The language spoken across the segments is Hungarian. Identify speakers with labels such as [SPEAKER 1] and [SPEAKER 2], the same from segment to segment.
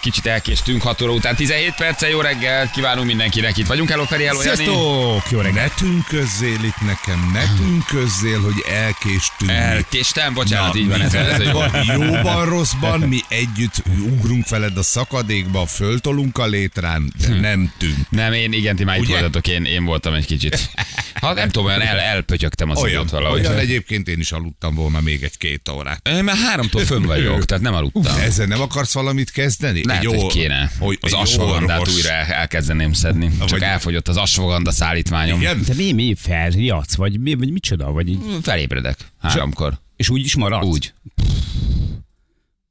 [SPEAKER 1] Kicsit elkéstünk 6 óra után 17 perccel. Jó reggel, kívánunk mindenkinek. Itt vagyunk. Hello Feri, hello Jani.
[SPEAKER 2] Sziasztok! Jó reggelt!
[SPEAKER 3] Ne tünközzél itt nekem,
[SPEAKER 1] Hmm.
[SPEAKER 3] ne tünközzél, hogy elkéstünk.
[SPEAKER 1] Elkéstem, bocsánat, így van ez. ez jó.
[SPEAKER 3] Van Jóban, rosszban, mi együtt ugrunk veled a szakadékba, föltolunk a létrán, de
[SPEAKER 1] Hmm.
[SPEAKER 3] nem tűnt.
[SPEAKER 1] Nem, én igen, ti már itt
[SPEAKER 3] Ugye?
[SPEAKER 1] voltatok, én, én voltam egy kicsit. Hát nem tudom, olyan el, elpötyögtem az
[SPEAKER 3] Olyan,
[SPEAKER 1] időt valahogy.
[SPEAKER 3] olyan egyébként én is aludtam volna még egy-két órát.
[SPEAKER 1] Én már háromtól fönn vagyok, tehát nem aludtam.
[SPEAKER 3] Ezzel nem akarsz valamit kezdeni?
[SPEAKER 1] Lehet,
[SPEAKER 3] Egy
[SPEAKER 1] hogy
[SPEAKER 3] or-
[SPEAKER 1] kéne.
[SPEAKER 3] hogy
[SPEAKER 1] az
[SPEAKER 3] egy
[SPEAKER 1] asfogandát
[SPEAKER 3] orvos.
[SPEAKER 1] újra el- elkezdeném szedni. Csak
[SPEAKER 3] Vagy-
[SPEAKER 1] elfogyott az asfoganda szállítmányom.
[SPEAKER 3] Igen?
[SPEAKER 2] De mi, mi felriadsz, vagy, mi, vagy micsoda, vagy így,
[SPEAKER 1] Felébredek háromkor.
[SPEAKER 2] és úgy is maradsz?
[SPEAKER 1] Úgy.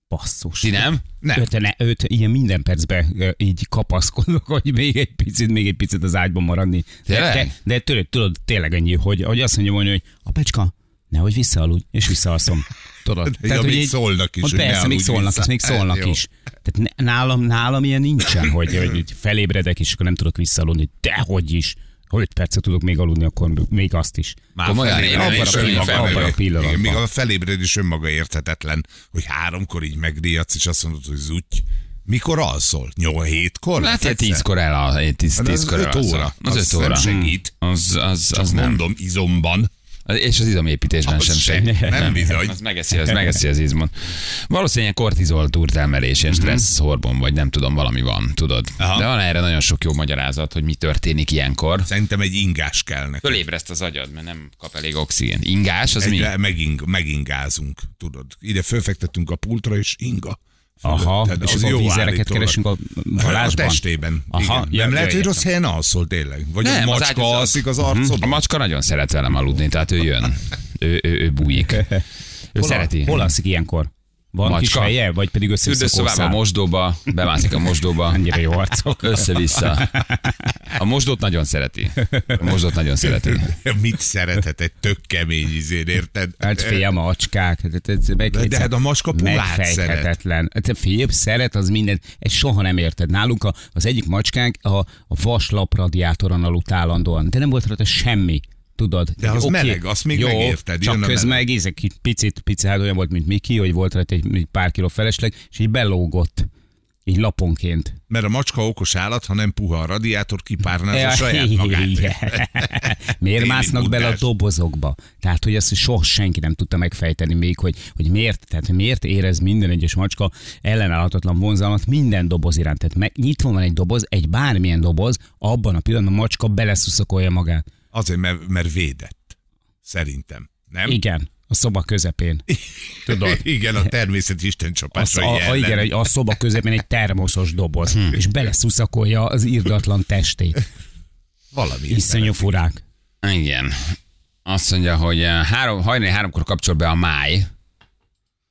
[SPEAKER 2] Basszus.
[SPEAKER 1] Ti nem?
[SPEAKER 2] Nem. Öt, ne, öt, ilyen minden percben ö, így kapaszkodok, hogy még egy picit, még egy picit az ágyban maradni. De,
[SPEAKER 1] Tényleg?
[SPEAKER 2] de, de tudod, tudod, tényleg ennyi, hogy, hogy azt mondja volna, hogy a pecska, nehogy visszaaludj, és visszaalszom. Tudod?
[SPEAKER 3] Ja, még
[SPEAKER 2] így-
[SPEAKER 3] szólnak is,
[SPEAKER 2] Hogy
[SPEAKER 3] hogy ne
[SPEAKER 2] persze, még
[SPEAKER 3] aludj
[SPEAKER 2] szólnak,
[SPEAKER 3] vissza.
[SPEAKER 2] és még szólnak
[SPEAKER 3] Jó.
[SPEAKER 2] is. Tehát ne- nálam, nálam ilyen nincsen, hogy, hogy így felébredek, és akkor nem tudok visszaaludni. Dehogy is. Ha 5 percet tudok még aludni, akkor még azt is.
[SPEAKER 3] Már
[SPEAKER 1] Komolyan, én nem
[SPEAKER 3] felébred-
[SPEAKER 1] is
[SPEAKER 3] abban
[SPEAKER 1] olyan
[SPEAKER 3] a pillanatban-
[SPEAKER 1] felébred-
[SPEAKER 2] abban a pillanatban.
[SPEAKER 3] Igen, Még a felébredés önmaga érthetetlen, hogy háromkor így megdíjadsz, és azt mondod, hogy zutty. Mikor alszol? Nyolc hétkor?
[SPEAKER 1] Hát én tízkor el, én tíz,
[SPEAKER 3] Hát az
[SPEAKER 1] tízkor
[SPEAKER 3] öt
[SPEAKER 1] elalszom.
[SPEAKER 3] óra.
[SPEAKER 1] Az
[SPEAKER 3] Az
[SPEAKER 1] öt óra.
[SPEAKER 3] nem segít.
[SPEAKER 1] Az, az, az
[SPEAKER 3] Az
[SPEAKER 1] nem.
[SPEAKER 3] mondom, izomban.
[SPEAKER 1] És az izomépítésben
[SPEAKER 3] Az
[SPEAKER 1] sem
[SPEAKER 3] se.
[SPEAKER 1] segít.
[SPEAKER 3] Nem bizony.
[SPEAKER 1] Az megeszi, az megeszi az izmot. Valószínűleg ilyen kortizol, túrtelmerés, ilyen stressz hormon, vagy nem tudom, valami van, tudod.
[SPEAKER 3] Mhm. Aha.
[SPEAKER 1] De van erre nagyon sok jó magyarázat, hogy mi történik ilyenkor.
[SPEAKER 3] Szerintem egy ingás kell neki.
[SPEAKER 1] Fölébreszt az agyad, mert nem kap elég oxigént. Ingás, az mi?
[SPEAKER 3] Egyre meging, megingázunk, tudod. Ide fölfektettünk a pultra, és inga.
[SPEAKER 2] Aha,
[SPEAKER 3] Fölötted.
[SPEAKER 2] és
[SPEAKER 3] Az
[SPEAKER 2] akkor
[SPEAKER 3] jó
[SPEAKER 2] vízereket
[SPEAKER 3] állítólag.
[SPEAKER 2] keresünk a
[SPEAKER 3] A
[SPEAKER 2] halásban.
[SPEAKER 3] testében.
[SPEAKER 2] Aha,
[SPEAKER 3] Aha,
[SPEAKER 2] ja,
[SPEAKER 3] igen. Nem lehet, hogy
[SPEAKER 2] ja, értem.
[SPEAKER 3] rossz helyen alszol tényleg. Vagy
[SPEAKER 1] Nem,
[SPEAKER 3] egy
[SPEAKER 1] az
[SPEAKER 3] macska
[SPEAKER 1] ágyazat.
[SPEAKER 3] alszik az arcodon.
[SPEAKER 1] A macska nagyon szeret velem aludni, tehát ő jön. Ő, ő, ő bújik. Ő
[SPEAKER 2] Hol,
[SPEAKER 1] szereti.
[SPEAKER 2] Hol alszik ilyenkor? Van
[SPEAKER 1] Macska.
[SPEAKER 2] kis helye, vagy pedig
[SPEAKER 1] Fürdőszobába, a
[SPEAKER 2] összeszokószál?
[SPEAKER 1] mosdóba, bemászik a mosdóba.
[SPEAKER 2] Annyira jó arcok.
[SPEAKER 1] Össze-vissza. A mosdót nagyon szereti. A mosdót nagyon szereti.
[SPEAKER 3] Mit szerethet egy tök kemény izén, érted?
[SPEAKER 2] Hát fél macskák. hát ez meg
[SPEAKER 3] De- de hát a macska pulát
[SPEAKER 2] Megfejthetetlen. Hát fél szeret, az minden. Ezt soha nem érted. Nálunk a, az egyik macskánk a, a vaslap radiátoron aludt állandóan. De nem volt rajta semmi. Tudod?
[SPEAKER 3] De az
[SPEAKER 2] Oké,
[SPEAKER 3] meleg, azt még
[SPEAKER 2] jó,
[SPEAKER 3] megérted, jön
[SPEAKER 2] Csak
[SPEAKER 3] a
[SPEAKER 2] közben
[SPEAKER 3] meleg.
[SPEAKER 2] meg ízek, kicsit- picit, picit, hát olyan volt, mint Miki, hogy volt rajta egy, egy pár kiló felesleg, és így belógott. Így laponként.
[SPEAKER 3] Mert a macska okos állat, ha nem puha a radiátor, kipárnázza
[SPEAKER 2] Ja,
[SPEAKER 3] saját
[SPEAKER 2] igen.
[SPEAKER 3] magát.
[SPEAKER 2] miért
[SPEAKER 3] Téli
[SPEAKER 2] másznak bele a
[SPEAKER 3] bundás.
[SPEAKER 2] dobozokba? Tehát, hogy azt soha senki nem tudta megfejteni még, hogy, hogy miért, tehát miért érez minden egyes macska ellenállhatatlan vonzalmat minden doboz iránt. Tehát meg, nyitva van egy doboz, egy bármilyen doboz, abban a pillanatban a macska beleszuszakolja magát.
[SPEAKER 3] Azért, mert, mert védett. Szerintem. Nem?
[SPEAKER 2] Igen, a szoba közepén. Tudod.
[SPEAKER 3] Igen, a természet Isten
[SPEAKER 2] Az,
[SPEAKER 3] csapásra
[SPEAKER 2] a, a, igen, egy- a szoba közepén egy termoszos doboz,
[SPEAKER 3] Hm.
[SPEAKER 2] és beleszuszakolja az irdatlan testét.
[SPEAKER 3] valami.
[SPEAKER 2] Iszonyú furák.
[SPEAKER 1] Igen. Azt mondja, hogy eh, három, hajnali háromkor kapcsol be a máj,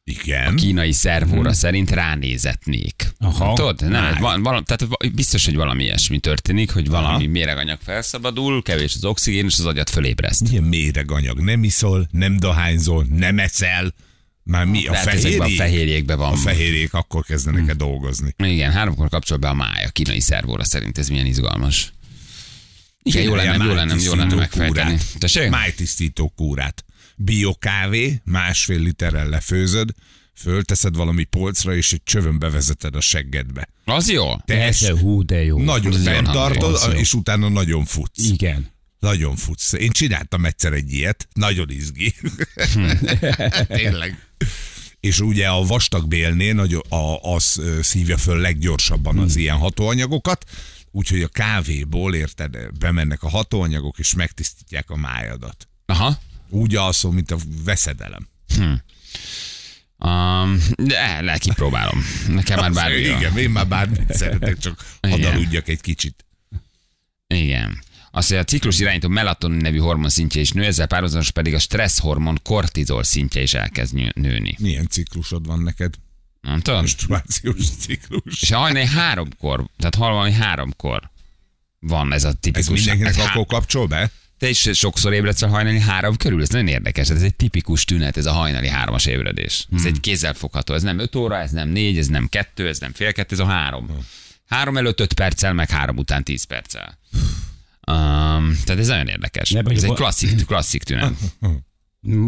[SPEAKER 3] Igen.
[SPEAKER 1] kínai szervóra szerint ránézetnék.
[SPEAKER 2] Mhm. Aha.
[SPEAKER 1] Tudod? Nem,
[SPEAKER 2] Máj.
[SPEAKER 1] van, valami, tehát va- biztos, hogy valami ilyesmi történik, hogy valami méreganyag felszabadul, kevés az oxigén, és az agyat fölébreszt.
[SPEAKER 3] Milyen méreganyag? Nem iszol, nem dohányzol, nem eszel. Már mi? A
[SPEAKER 1] Lehet, ezekben
[SPEAKER 3] fehérjék?
[SPEAKER 1] a fehérjékben van.
[SPEAKER 3] A fehérjék akkor kezdenek el dolgozni.
[SPEAKER 1] Igen, háromkor kapcsol be a máj a kínai szervóra szerint. Ez milyen izgalmas. Igen, jó
[SPEAKER 3] Csinálja
[SPEAKER 1] lenne, jó lenne, jó lenne
[SPEAKER 3] májtisztító
[SPEAKER 1] megfejteni.
[SPEAKER 3] kúrát.
[SPEAKER 1] Tessék?
[SPEAKER 3] Májtisztító kúrát. Biokávé, másfél literrel lefőzöd, fölteszed valami polcra, és egy csövön bevezeted a seggedbe.
[SPEAKER 1] Az jó.
[SPEAKER 2] Ez
[SPEAKER 3] Te
[SPEAKER 2] hú, de jó.
[SPEAKER 3] nagyon
[SPEAKER 1] Ez nagyon
[SPEAKER 3] fenntartod,
[SPEAKER 1] hangzik.
[SPEAKER 3] és utána nagyon
[SPEAKER 1] Mm.
[SPEAKER 3] futsz.
[SPEAKER 2] Igen.
[SPEAKER 3] Nagyon futsz. Én csináltam egyszer egy ilyet, nagyon izgi. Tényleg. És ugye a vastagbélnél nagyon, a, az ö, szívja föl leggyorsabban
[SPEAKER 1] Mm.
[SPEAKER 3] az ilyen hatóanyagokat, úgyhogy a kávéból, érted, bemennek a hatóanyagok, és megtisztítják a májadat.
[SPEAKER 1] Aha.
[SPEAKER 3] Úgy alszol, mint a veszedelem.
[SPEAKER 1] Um, de le, kipróbálom. Nekem már bármi. jó.
[SPEAKER 3] Igen, én már bármit szeretek, csak
[SPEAKER 1] Igen.
[SPEAKER 3] hadd aludjak egy kicsit.
[SPEAKER 1] Igen. Azt mondja, a ciklus irányító melatonin nevű hormon szintje is nő, ezzel párhuzamosan pedig a stressz hormon kortizol szintje is elkezd nyő- nőni.
[SPEAKER 3] Milyen ciklusod van neked?
[SPEAKER 1] Nem tudom.
[SPEAKER 3] menstruációs ciklus.
[SPEAKER 1] És hajnali háromkor, tehát hajnali háromkor van ez a
[SPEAKER 3] Ez
[SPEAKER 1] tipikus.
[SPEAKER 3] mindenkinek
[SPEAKER 1] Ez há-
[SPEAKER 3] akkor kapcsol be?
[SPEAKER 1] Te is sokszor ébredsz a hajnali három körül, ez nagyon érdekes, ez egy tipikus tünet, ez a hajnali hármas ébredés.
[SPEAKER 3] Hmm.
[SPEAKER 1] Ez egy kézzelfogható, ez nem öt óra, ez nem négy, ez nem kettő, ez nem fél kettő, ez a három.
[SPEAKER 3] Hmm.
[SPEAKER 1] Három előtt öt perccel, meg három után tíz perccel.
[SPEAKER 3] Hmm.
[SPEAKER 1] Um, tehát ez nagyon érdekes.
[SPEAKER 2] Ne vagy
[SPEAKER 1] ez egy
[SPEAKER 2] bo-
[SPEAKER 1] klasszik, klasszik tünet.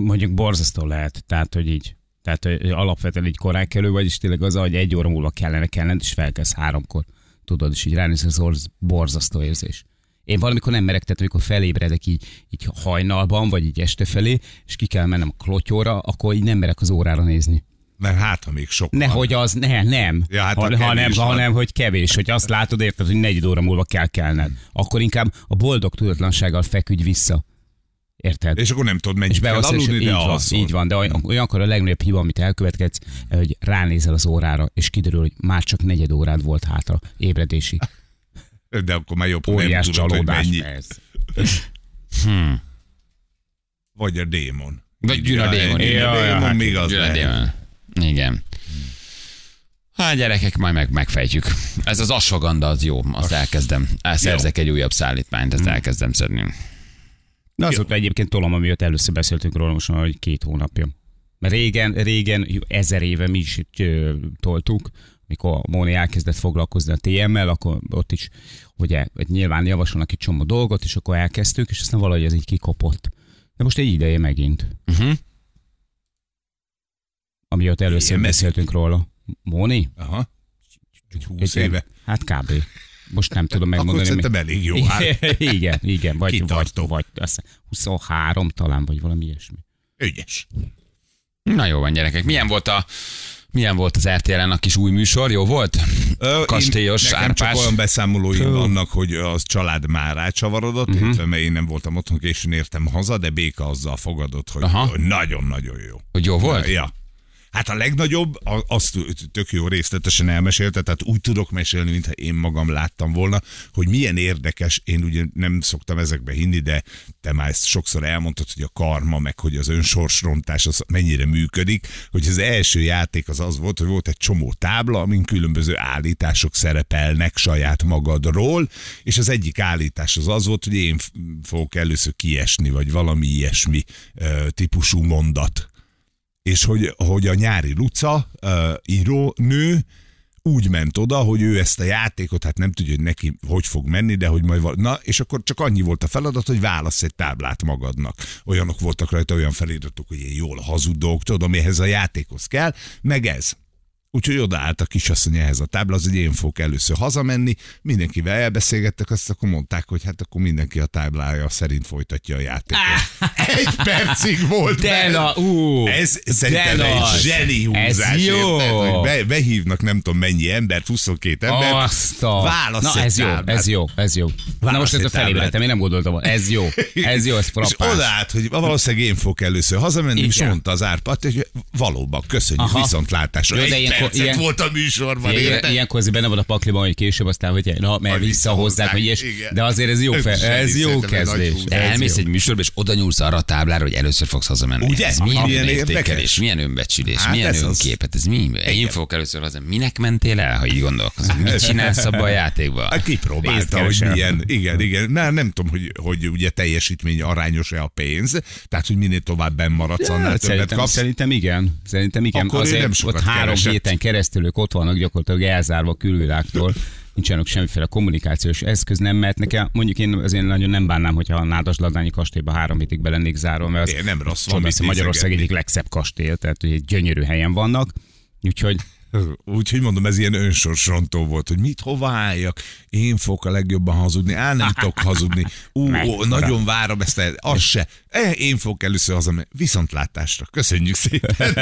[SPEAKER 2] Mondjuk borzasztó lehet, tehát hogy így. Tehát hogy alapvetően egy korán kerül, vagyis tényleg az, hogy egy óra múlva kellene, kellene, és felkelsz háromkor. Tudod, és így ránéz, ez orz- borzasztó érzés. Én valamikor nem merek, tehát amikor felébredek így, így hajnalban, vagy így este felé, és ki kell mennem a klotyóra, akkor így nem merek az órára nézni.
[SPEAKER 3] Mert hát, ha még sok van.
[SPEAKER 2] Nehogy az, ne, nem.
[SPEAKER 3] Ja, hát
[SPEAKER 2] ha,
[SPEAKER 3] a
[SPEAKER 2] hanem,
[SPEAKER 3] kevés van.
[SPEAKER 2] hanem, hogy kevés, hogy azt látod, érted, hogy negyed óra múlva kell kelned. Akkor inkább a boldog tudatlansággal feküdj vissza. Érted?
[SPEAKER 3] És akkor nem tudod, mennyit
[SPEAKER 2] És
[SPEAKER 3] kell
[SPEAKER 2] bevasz, és
[SPEAKER 3] aludni,
[SPEAKER 2] így,
[SPEAKER 3] de
[SPEAKER 2] van,
[SPEAKER 3] alszol.
[SPEAKER 2] így van, de oly- olyankor a legnagyobb hiba, amit elkövetkedsz, hogy ránézel az órára, és kiderül, hogy már csak negyed órád volt hátra ébredési.
[SPEAKER 3] De akkor már jobb, ha nem
[SPEAKER 2] Óriás
[SPEAKER 3] tudod, hogy
[SPEAKER 2] csalódás.
[SPEAKER 3] mennyi.
[SPEAKER 2] persze.
[SPEAKER 3] Vagy a démon.
[SPEAKER 1] Vagy Gyűr a démon.
[SPEAKER 3] Gyűr a
[SPEAKER 2] Ja, ja,
[SPEAKER 3] démon,
[SPEAKER 2] hát
[SPEAKER 3] még az
[SPEAKER 1] Gyűr a
[SPEAKER 3] lehet.
[SPEAKER 1] démon. Igen. Hát gyerekek, majd meg, megfejtjük. Ez az asvaganda, az jó, azt elkezdem. Szerzek egy újabb szállítmányt,
[SPEAKER 3] Mm.
[SPEAKER 1] ezt elkezdem szedni.
[SPEAKER 2] Na azóta egyébként tolom, amióta először beszéltünk róla, most már hogy két hónapja. Mert régen, régen, jó, ezer éve mi is itt, ö, toltuk, mikor Móni elkezdett foglalkozni a TM-mel, akkor ott is ugye nyilván javasolnak egy csomó dolgot, és akkor elkezdtük, és aztán valahogy ez így kikopott. De most egy ideje megint.
[SPEAKER 1] Mhm.
[SPEAKER 2] Amióta először
[SPEAKER 3] Igen,
[SPEAKER 2] beszéltünk róla. Móni?
[SPEAKER 3] Aha. Egy húsz
[SPEAKER 2] Igen.
[SPEAKER 3] éve.
[SPEAKER 2] Hát kb. Most nem tudom
[SPEAKER 3] Akkor
[SPEAKER 2] megmondani. mi-
[SPEAKER 3] szerintem elég jó. Hát,
[SPEAKER 2] igen, igen, vagy, vagy,
[SPEAKER 3] Kitartó.
[SPEAKER 2] vagy azt hiszem 23 talán, vagy valami ilyesmi.
[SPEAKER 3] ügyes.
[SPEAKER 1] Na jó van, gyerekek. Milyen volt a milyen volt az RTL-en a kis új műsor? Jó volt?
[SPEAKER 3] Ö, én-
[SPEAKER 1] Kastélyos,
[SPEAKER 3] nekem
[SPEAKER 1] Árpás.
[SPEAKER 3] csak olyan beszámolóim vannak, hogy az család már rácsavarodott,
[SPEAKER 1] Mhm.
[SPEAKER 3] uh-huh. illetve mert én nem voltam otthon, későn értem haza, de Béka azzal fogadott, hogy
[SPEAKER 1] Aha.
[SPEAKER 3] hogy nagyon-nagyon jó.
[SPEAKER 1] Hogy jó volt?
[SPEAKER 3] Ja. Hát a legnagyobb, a- azt tök jó részletesen elmesélte, tehát úgy tudok mesélni, mintha én magam láttam volna, hogy milyen érdekes, én ugye nem szoktam ezekbe hinni, de te már ezt sokszor elmondtad, hogy a karma, meg hogy az önsorsrontás az mennyire működik, hogy az első játék az az volt, hogy volt egy csomó tábla, amin különböző állítások szerepelnek saját magadról, és az egyik állítás az az volt, hogy én f- fogok először kiesni, vagy valami ilyesmi ö, típusú mondat és hogy, hogy a nyári Luca uh, író nő úgy ment oda, hogy ő ezt a játékot, hát nem tudja, hogy neki hogy fog menni, de hogy majd val- Na, és akkor csak annyi volt a feladat, hogy válasz egy táblát magadnak. Olyanok voltak rajta, olyan feliratok, hogy én jól hazudok, tudom, ehhez a játékhoz kell, meg ez. Úgyhogy odaállt a kisasszony ehhez a tábla, az, hogy én fogok először hazamenni, mindenkivel elbeszélgettek, azt akkor mondták, hogy hát akkor mindenki a táblája szerint folytatja a játékot. Egy percig volt.
[SPEAKER 2] De
[SPEAKER 3] benne.
[SPEAKER 2] na, ú,
[SPEAKER 3] Ez szerintem
[SPEAKER 2] de
[SPEAKER 3] egy
[SPEAKER 2] nagy.
[SPEAKER 3] zseni húzás.
[SPEAKER 2] Ez jó.
[SPEAKER 3] Érted, hogy be, behívnak nem tudom mennyi embert, 22 embert.
[SPEAKER 2] Azt a...
[SPEAKER 3] Válasz
[SPEAKER 2] Na
[SPEAKER 3] egy
[SPEAKER 2] ez jó,
[SPEAKER 3] táblát.
[SPEAKER 2] ez jó, ez jó. Na most
[SPEAKER 3] egy
[SPEAKER 2] ez
[SPEAKER 3] táblát.
[SPEAKER 2] a felébredtem, én nem gondoltam volna. Ez jó, ez jó, ez
[SPEAKER 3] És
[SPEAKER 2] frappás.
[SPEAKER 3] odaállt, hogy valószínűleg én fogok először hazamenni, és
[SPEAKER 2] Igen.
[SPEAKER 3] mondta az árpat, hogy valóban, köszönjük,
[SPEAKER 2] Aha.
[SPEAKER 3] viszontlátásra.
[SPEAKER 2] Jó, de
[SPEAKER 3] egy
[SPEAKER 2] ilyenkor-
[SPEAKER 3] percet
[SPEAKER 2] ilyen-
[SPEAKER 3] volt a műsorban,
[SPEAKER 2] Ilyen-
[SPEAKER 3] érted?
[SPEAKER 2] Ilyen, ilyenkor azért benne van a pakliban, hogy később aztán, hogy na, mert
[SPEAKER 3] Hogy
[SPEAKER 2] visszahozzák, vagy ilyes,
[SPEAKER 3] igen.
[SPEAKER 2] de azért ez jó,
[SPEAKER 3] Ez
[SPEAKER 2] fel,
[SPEAKER 3] zseni,
[SPEAKER 2] ez jó
[SPEAKER 3] szerintem ez nagy
[SPEAKER 2] kezdés.
[SPEAKER 3] húzás.
[SPEAKER 1] De
[SPEAKER 3] Ez
[SPEAKER 1] elmész
[SPEAKER 3] jó.
[SPEAKER 1] egy műsorba, és oda nyúlsz arra a táblára, hogy először fogsz hazamenni.
[SPEAKER 3] Ugye?
[SPEAKER 1] Ez milyen,
[SPEAKER 3] Milyen
[SPEAKER 1] milyen
[SPEAKER 3] érdekes.
[SPEAKER 1] értékelés, milyen önbecsülés,
[SPEAKER 3] Hát
[SPEAKER 1] hát milyen
[SPEAKER 3] ez az.
[SPEAKER 1] önkép, hát ez mi? Én fogok először haza. Minek mentél el, ha így gondolkozol? Mit csinálsz abban a játékban?
[SPEAKER 3] Hát kipróbálta, hogy
[SPEAKER 2] Pénzkeresel.
[SPEAKER 3] milyen. Igen, igen. Már nem tudom, hogy, hogy ugye teljesítmény arányos-e a pénz, tehát hogy minél tovább benn maradsz, annál
[SPEAKER 2] Hát
[SPEAKER 3] többet
[SPEAKER 2] szerintem,
[SPEAKER 3] kapsz.
[SPEAKER 2] szerintem igen, szerintem igen.
[SPEAKER 3] Akkor ő
[SPEAKER 2] Azért
[SPEAKER 3] nem sokat
[SPEAKER 2] ott három
[SPEAKER 3] keresett.
[SPEAKER 2] héten keresztül ők ott vannak gyakorlatilag elzárva a külvilágtól, nincsenek semmiféle kommunikációs eszköz, nem mert nekem, mondjuk én azért nagyon nem bánnám, hogyha a Nádas Ladányi kastélyba három hétig be lennék zárva, mert az
[SPEAKER 3] Én nem rossz van,
[SPEAKER 2] Csoda,
[SPEAKER 3] mit
[SPEAKER 2] hiszen Magyarország
[SPEAKER 3] nézegetni.
[SPEAKER 2] egyik legszebb kastély, tehát hogy egy gyönyörű helyen vannak, úgyhogy
[SPEAKER 3] Úgyhogy mondom, ez ilyen önsorsrontó volt, hogy mit, hova álljak, én fogok a legjobban hazudni, á, nem tudok hazudni, ú, ó, nagyon várom ezt, el- az se, E, én fogok először hazamenni, viszontlátásra, köszönjük szépen.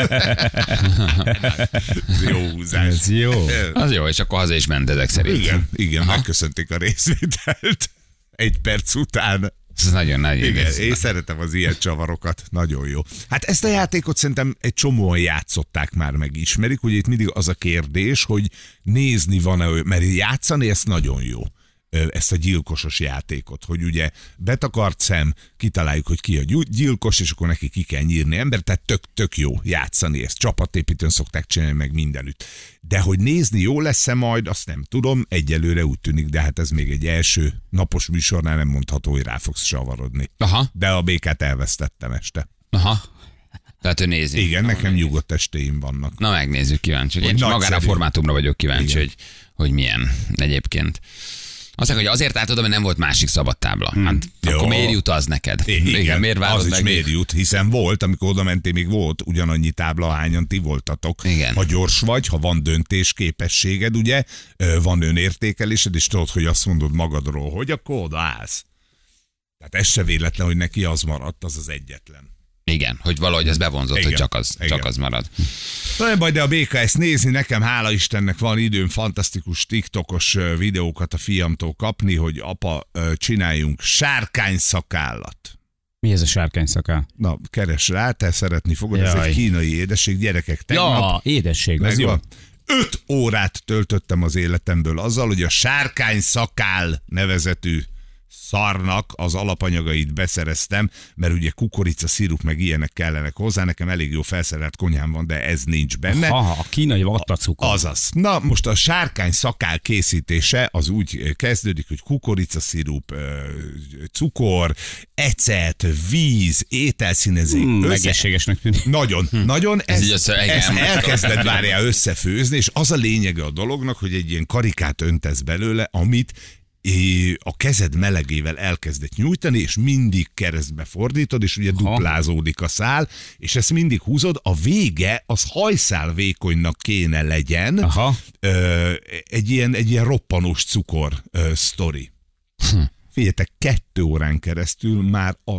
[SPEAKER 3] Ez jó húzás.
[SPEAKER 2] Ez jó.
[SPEAKER 1] Az jó, és akkor haza is ment ezek szerint.
[SPEAKER 3] Igen, igen, megköszönték a részvételt egy perc után.
[SPEAKER 1] Ez nagyon nagy
[SPEAKER 3] Igen,
[SPEAKER 1] igaz.
[SPEAKER 3] én szeretem az ilyen csavarokat, nagyon jó. Hát ezt a játékot szerintem egy csomóan játszották már meg, ismerik, ugye itt mindig az a kérdés, hogy nézni van-e, ő- mert játszani ezt nagyon jó. Ö, ö, ezt a gyilkosos játékot, hogy ugye betakart szem, kitaláljuk, hogy ki a gyú- gyilkos, és akkor neki ki kell nyírni ember, tehát tök, tök jó játszani ezt. Csapatépítőn szokták csinálni meg mindenütt. De hogy nézni jó lesz-e majd, azt nem tudom, egyelőre úgy tűnik, de hát ez még egy első napos műsornál nem mondható, hogy rá fogsz savarodni.
[SPEAKER 1] Aha,
[SPEAKER 3] De a békát elvesztettem este.
[SPEAKER 1] aha. Tehát ő nézi.
[SPEAKER 3] Igen, nekem nyugodt estéim vannak.
[SPEAKER 1] Na megnézzük, kíváncsi. vagyok. Én csak
[SPEAKER 3] Hogy
[SPEAKER 1] magára a
[SPEAKER 3] nagyszerű.
[SPEAKER 1] formátumra vagyok kíváncsi,
[SPEAKER 3] Igen.
[SPEAKER 1] hogy, hogy milyen egyébként. Azt mondják, hogy azért állt oda, mert nem volt másik szabad tábla. Hát,
[SPEAKER 3] Hm. Jó.
[SPEAKER 1] akkor miért jut az neked? miért várod
[SPEAKER 3] az is
[SPEAKER 1] meg?
[SPEAKER 3] miért jut, hiszen volt, amikor oda mentél, még volt ugyanannyi tábla, hányan ti voltatok.
[SPEAKER 1] Igen.
[SPEAKER 3] Ha gyors vagy, ha van döntés képességed, ugye, ö, van önértékelésed, és tudod, hogy azt mondod magadról, hogy akkor oda állsz. Tehát ez se véletlen, hogy neki az maradt, az az egyetlen.
[SPEAKER 1] Igen, hogy valahogy ez bevonzott,
[SPEAKER 3] Igen.
[SPEAKER 1] hogy csak az,
[SPEAKER 3] Igen.
[SPEAKER 1] csak az marad.
[SPEAKER 3] Na nem baj, de a béka ezt nézni, nekem hála Istennek van időm fantasztikus TikTokos ö, videókat a fiamtól kapni, hogy apa, ö, csináljunk sárkány szakállat.
[SPEAKER 2] Mi ez a sárkány szaká?
[SPEAKER 3] Na, keres rá, te szeretni fogod, ez
[SPEAKER 2] Jaj.
[SPEAKER 3] egy kínai édesség, gyerekek, tegnap
[SPEAKER 2] Ja, édesség, az jó.
[SPEAKER 3] megvan. Öt órát töltöttem az életemből azzal, hogy a sárkány szakál nevezetű szarnak az alapanyagait beszereztem, mert ugye kukorica, szirup meg ilyenek kellenek hozzá, nekem elég jó felszerelt konyhám van, de ez nincs benne.
[SPEAKER 2] Aha, a kínai vattacukor.
[SPEAKER 3] Azaz. Na most a sárkány szakál készítése az úgy kezdődik, hogy kukoricaszirup, ö, cukor, ecet, víz, ételszínezék,
[SPEAKER 2] Mm,
[SPEAKER 3] össze-
[SPEAKER 2] Egészségesnek tűnik.
[SPEAKER 3] nagyon, nagyon. Hm. Ez,
[SPEAKER 1] így
[SPEAKER 3] ez,
[SPEAKER 1] össze- igen.
[SPEAKER 3] ezt elkezded várjál összefőzni, és az a lényege a dolognak, hogy egy ilyen karikát öntesz belőle, amit é, a kezed melegével elkezdett nyújtani, és mindig keresztbe fordítod, és ugye duplázódik a szál, és ezt mindig húzod, a vége az hajszál vékonynak kéne legyen.
[SPEAKER 2] Aha.
[SPEAKER 3] Ö, egy, ilyen, egy ilyen roppanós cukor ö, sztori.
[SPEAKER 2] Hm.
[SPEAKER 3] Figyeljetek, kettő órán keresztül már a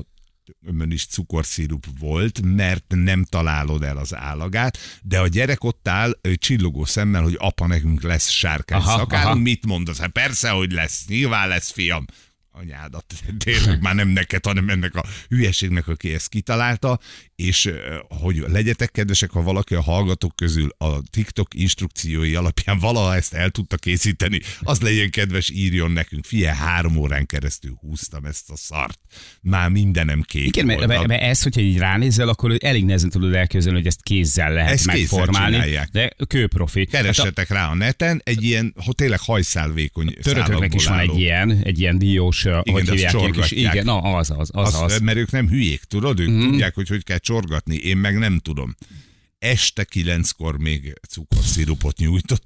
[SPEAKER 3] tömön is cukorszirup volt, mert nem találod el az állagát, de a gyerek ott áll ö, csillogó szemmel, hogy apa, nekünk lesz sárkány
[SPEAKER 2] Aha, aha.
[SPEAKER 3] szakálunk, mit mondasz? Hát persze, hogy lesz, nyilván lesz, fiam. Anyádat, tényleg már nem neked, hanem ennek a hülyeségnek, aki ezt kitalálta, és ö, hogy legyetek kedvesek, ha valaki a hallgatók közül a TikTok instrukciói alapján valaha ezt el tudta készíteni, az legyen kedves, írjon nekünk. Fie, három órán keresztül húztam ezt a szart. Már mindenem kék
[SPEAKER 2] Igen, mert,
[SPEAKER 3] volt.
[SPEAKER 2] mert, mert ez, hogyha így ránézel, akkor elég nehezen tudod elképzelni, hogy ezt kézzel lehet
[SPEAKER 3] Ezt kézzel
[SPEAKER 2] megformálni.
[SPEAKER 3] csinálják.
[SPEAKER 2] de kőprofi. Hát a
[SPEAKER 3] Keressetek rá a neten, egy ilyen, ha tényleg hajszálvékony
[SPEAKER 2] törököknek is van
[SPEAKER 3] szálakból
[SPEAKER 2] egy
[SPEAKER 3] álló.
[SPEAKER 2] ilyen, egy ilyen diós, igen,
[SPEAKER 3] de
[SPEAKER 2] hogy
[SPEAKER 3] azt
[SPEAKER 2] hívják ilyen kis,
[SPEAKER 3] csorgatják.
[SPEAKER 2] igen, na, az az, az
[SPEAKER 3] Az,
[SPEAKER 2] az. Mhm.
[SPEAKER 3] az. Mert ők nem hülyék, tudod? Ők mm. tudják, hogy hogy kell csorgatni. Én meg nem tudom. Este kilenckor még cukorszirupot nyújtottam.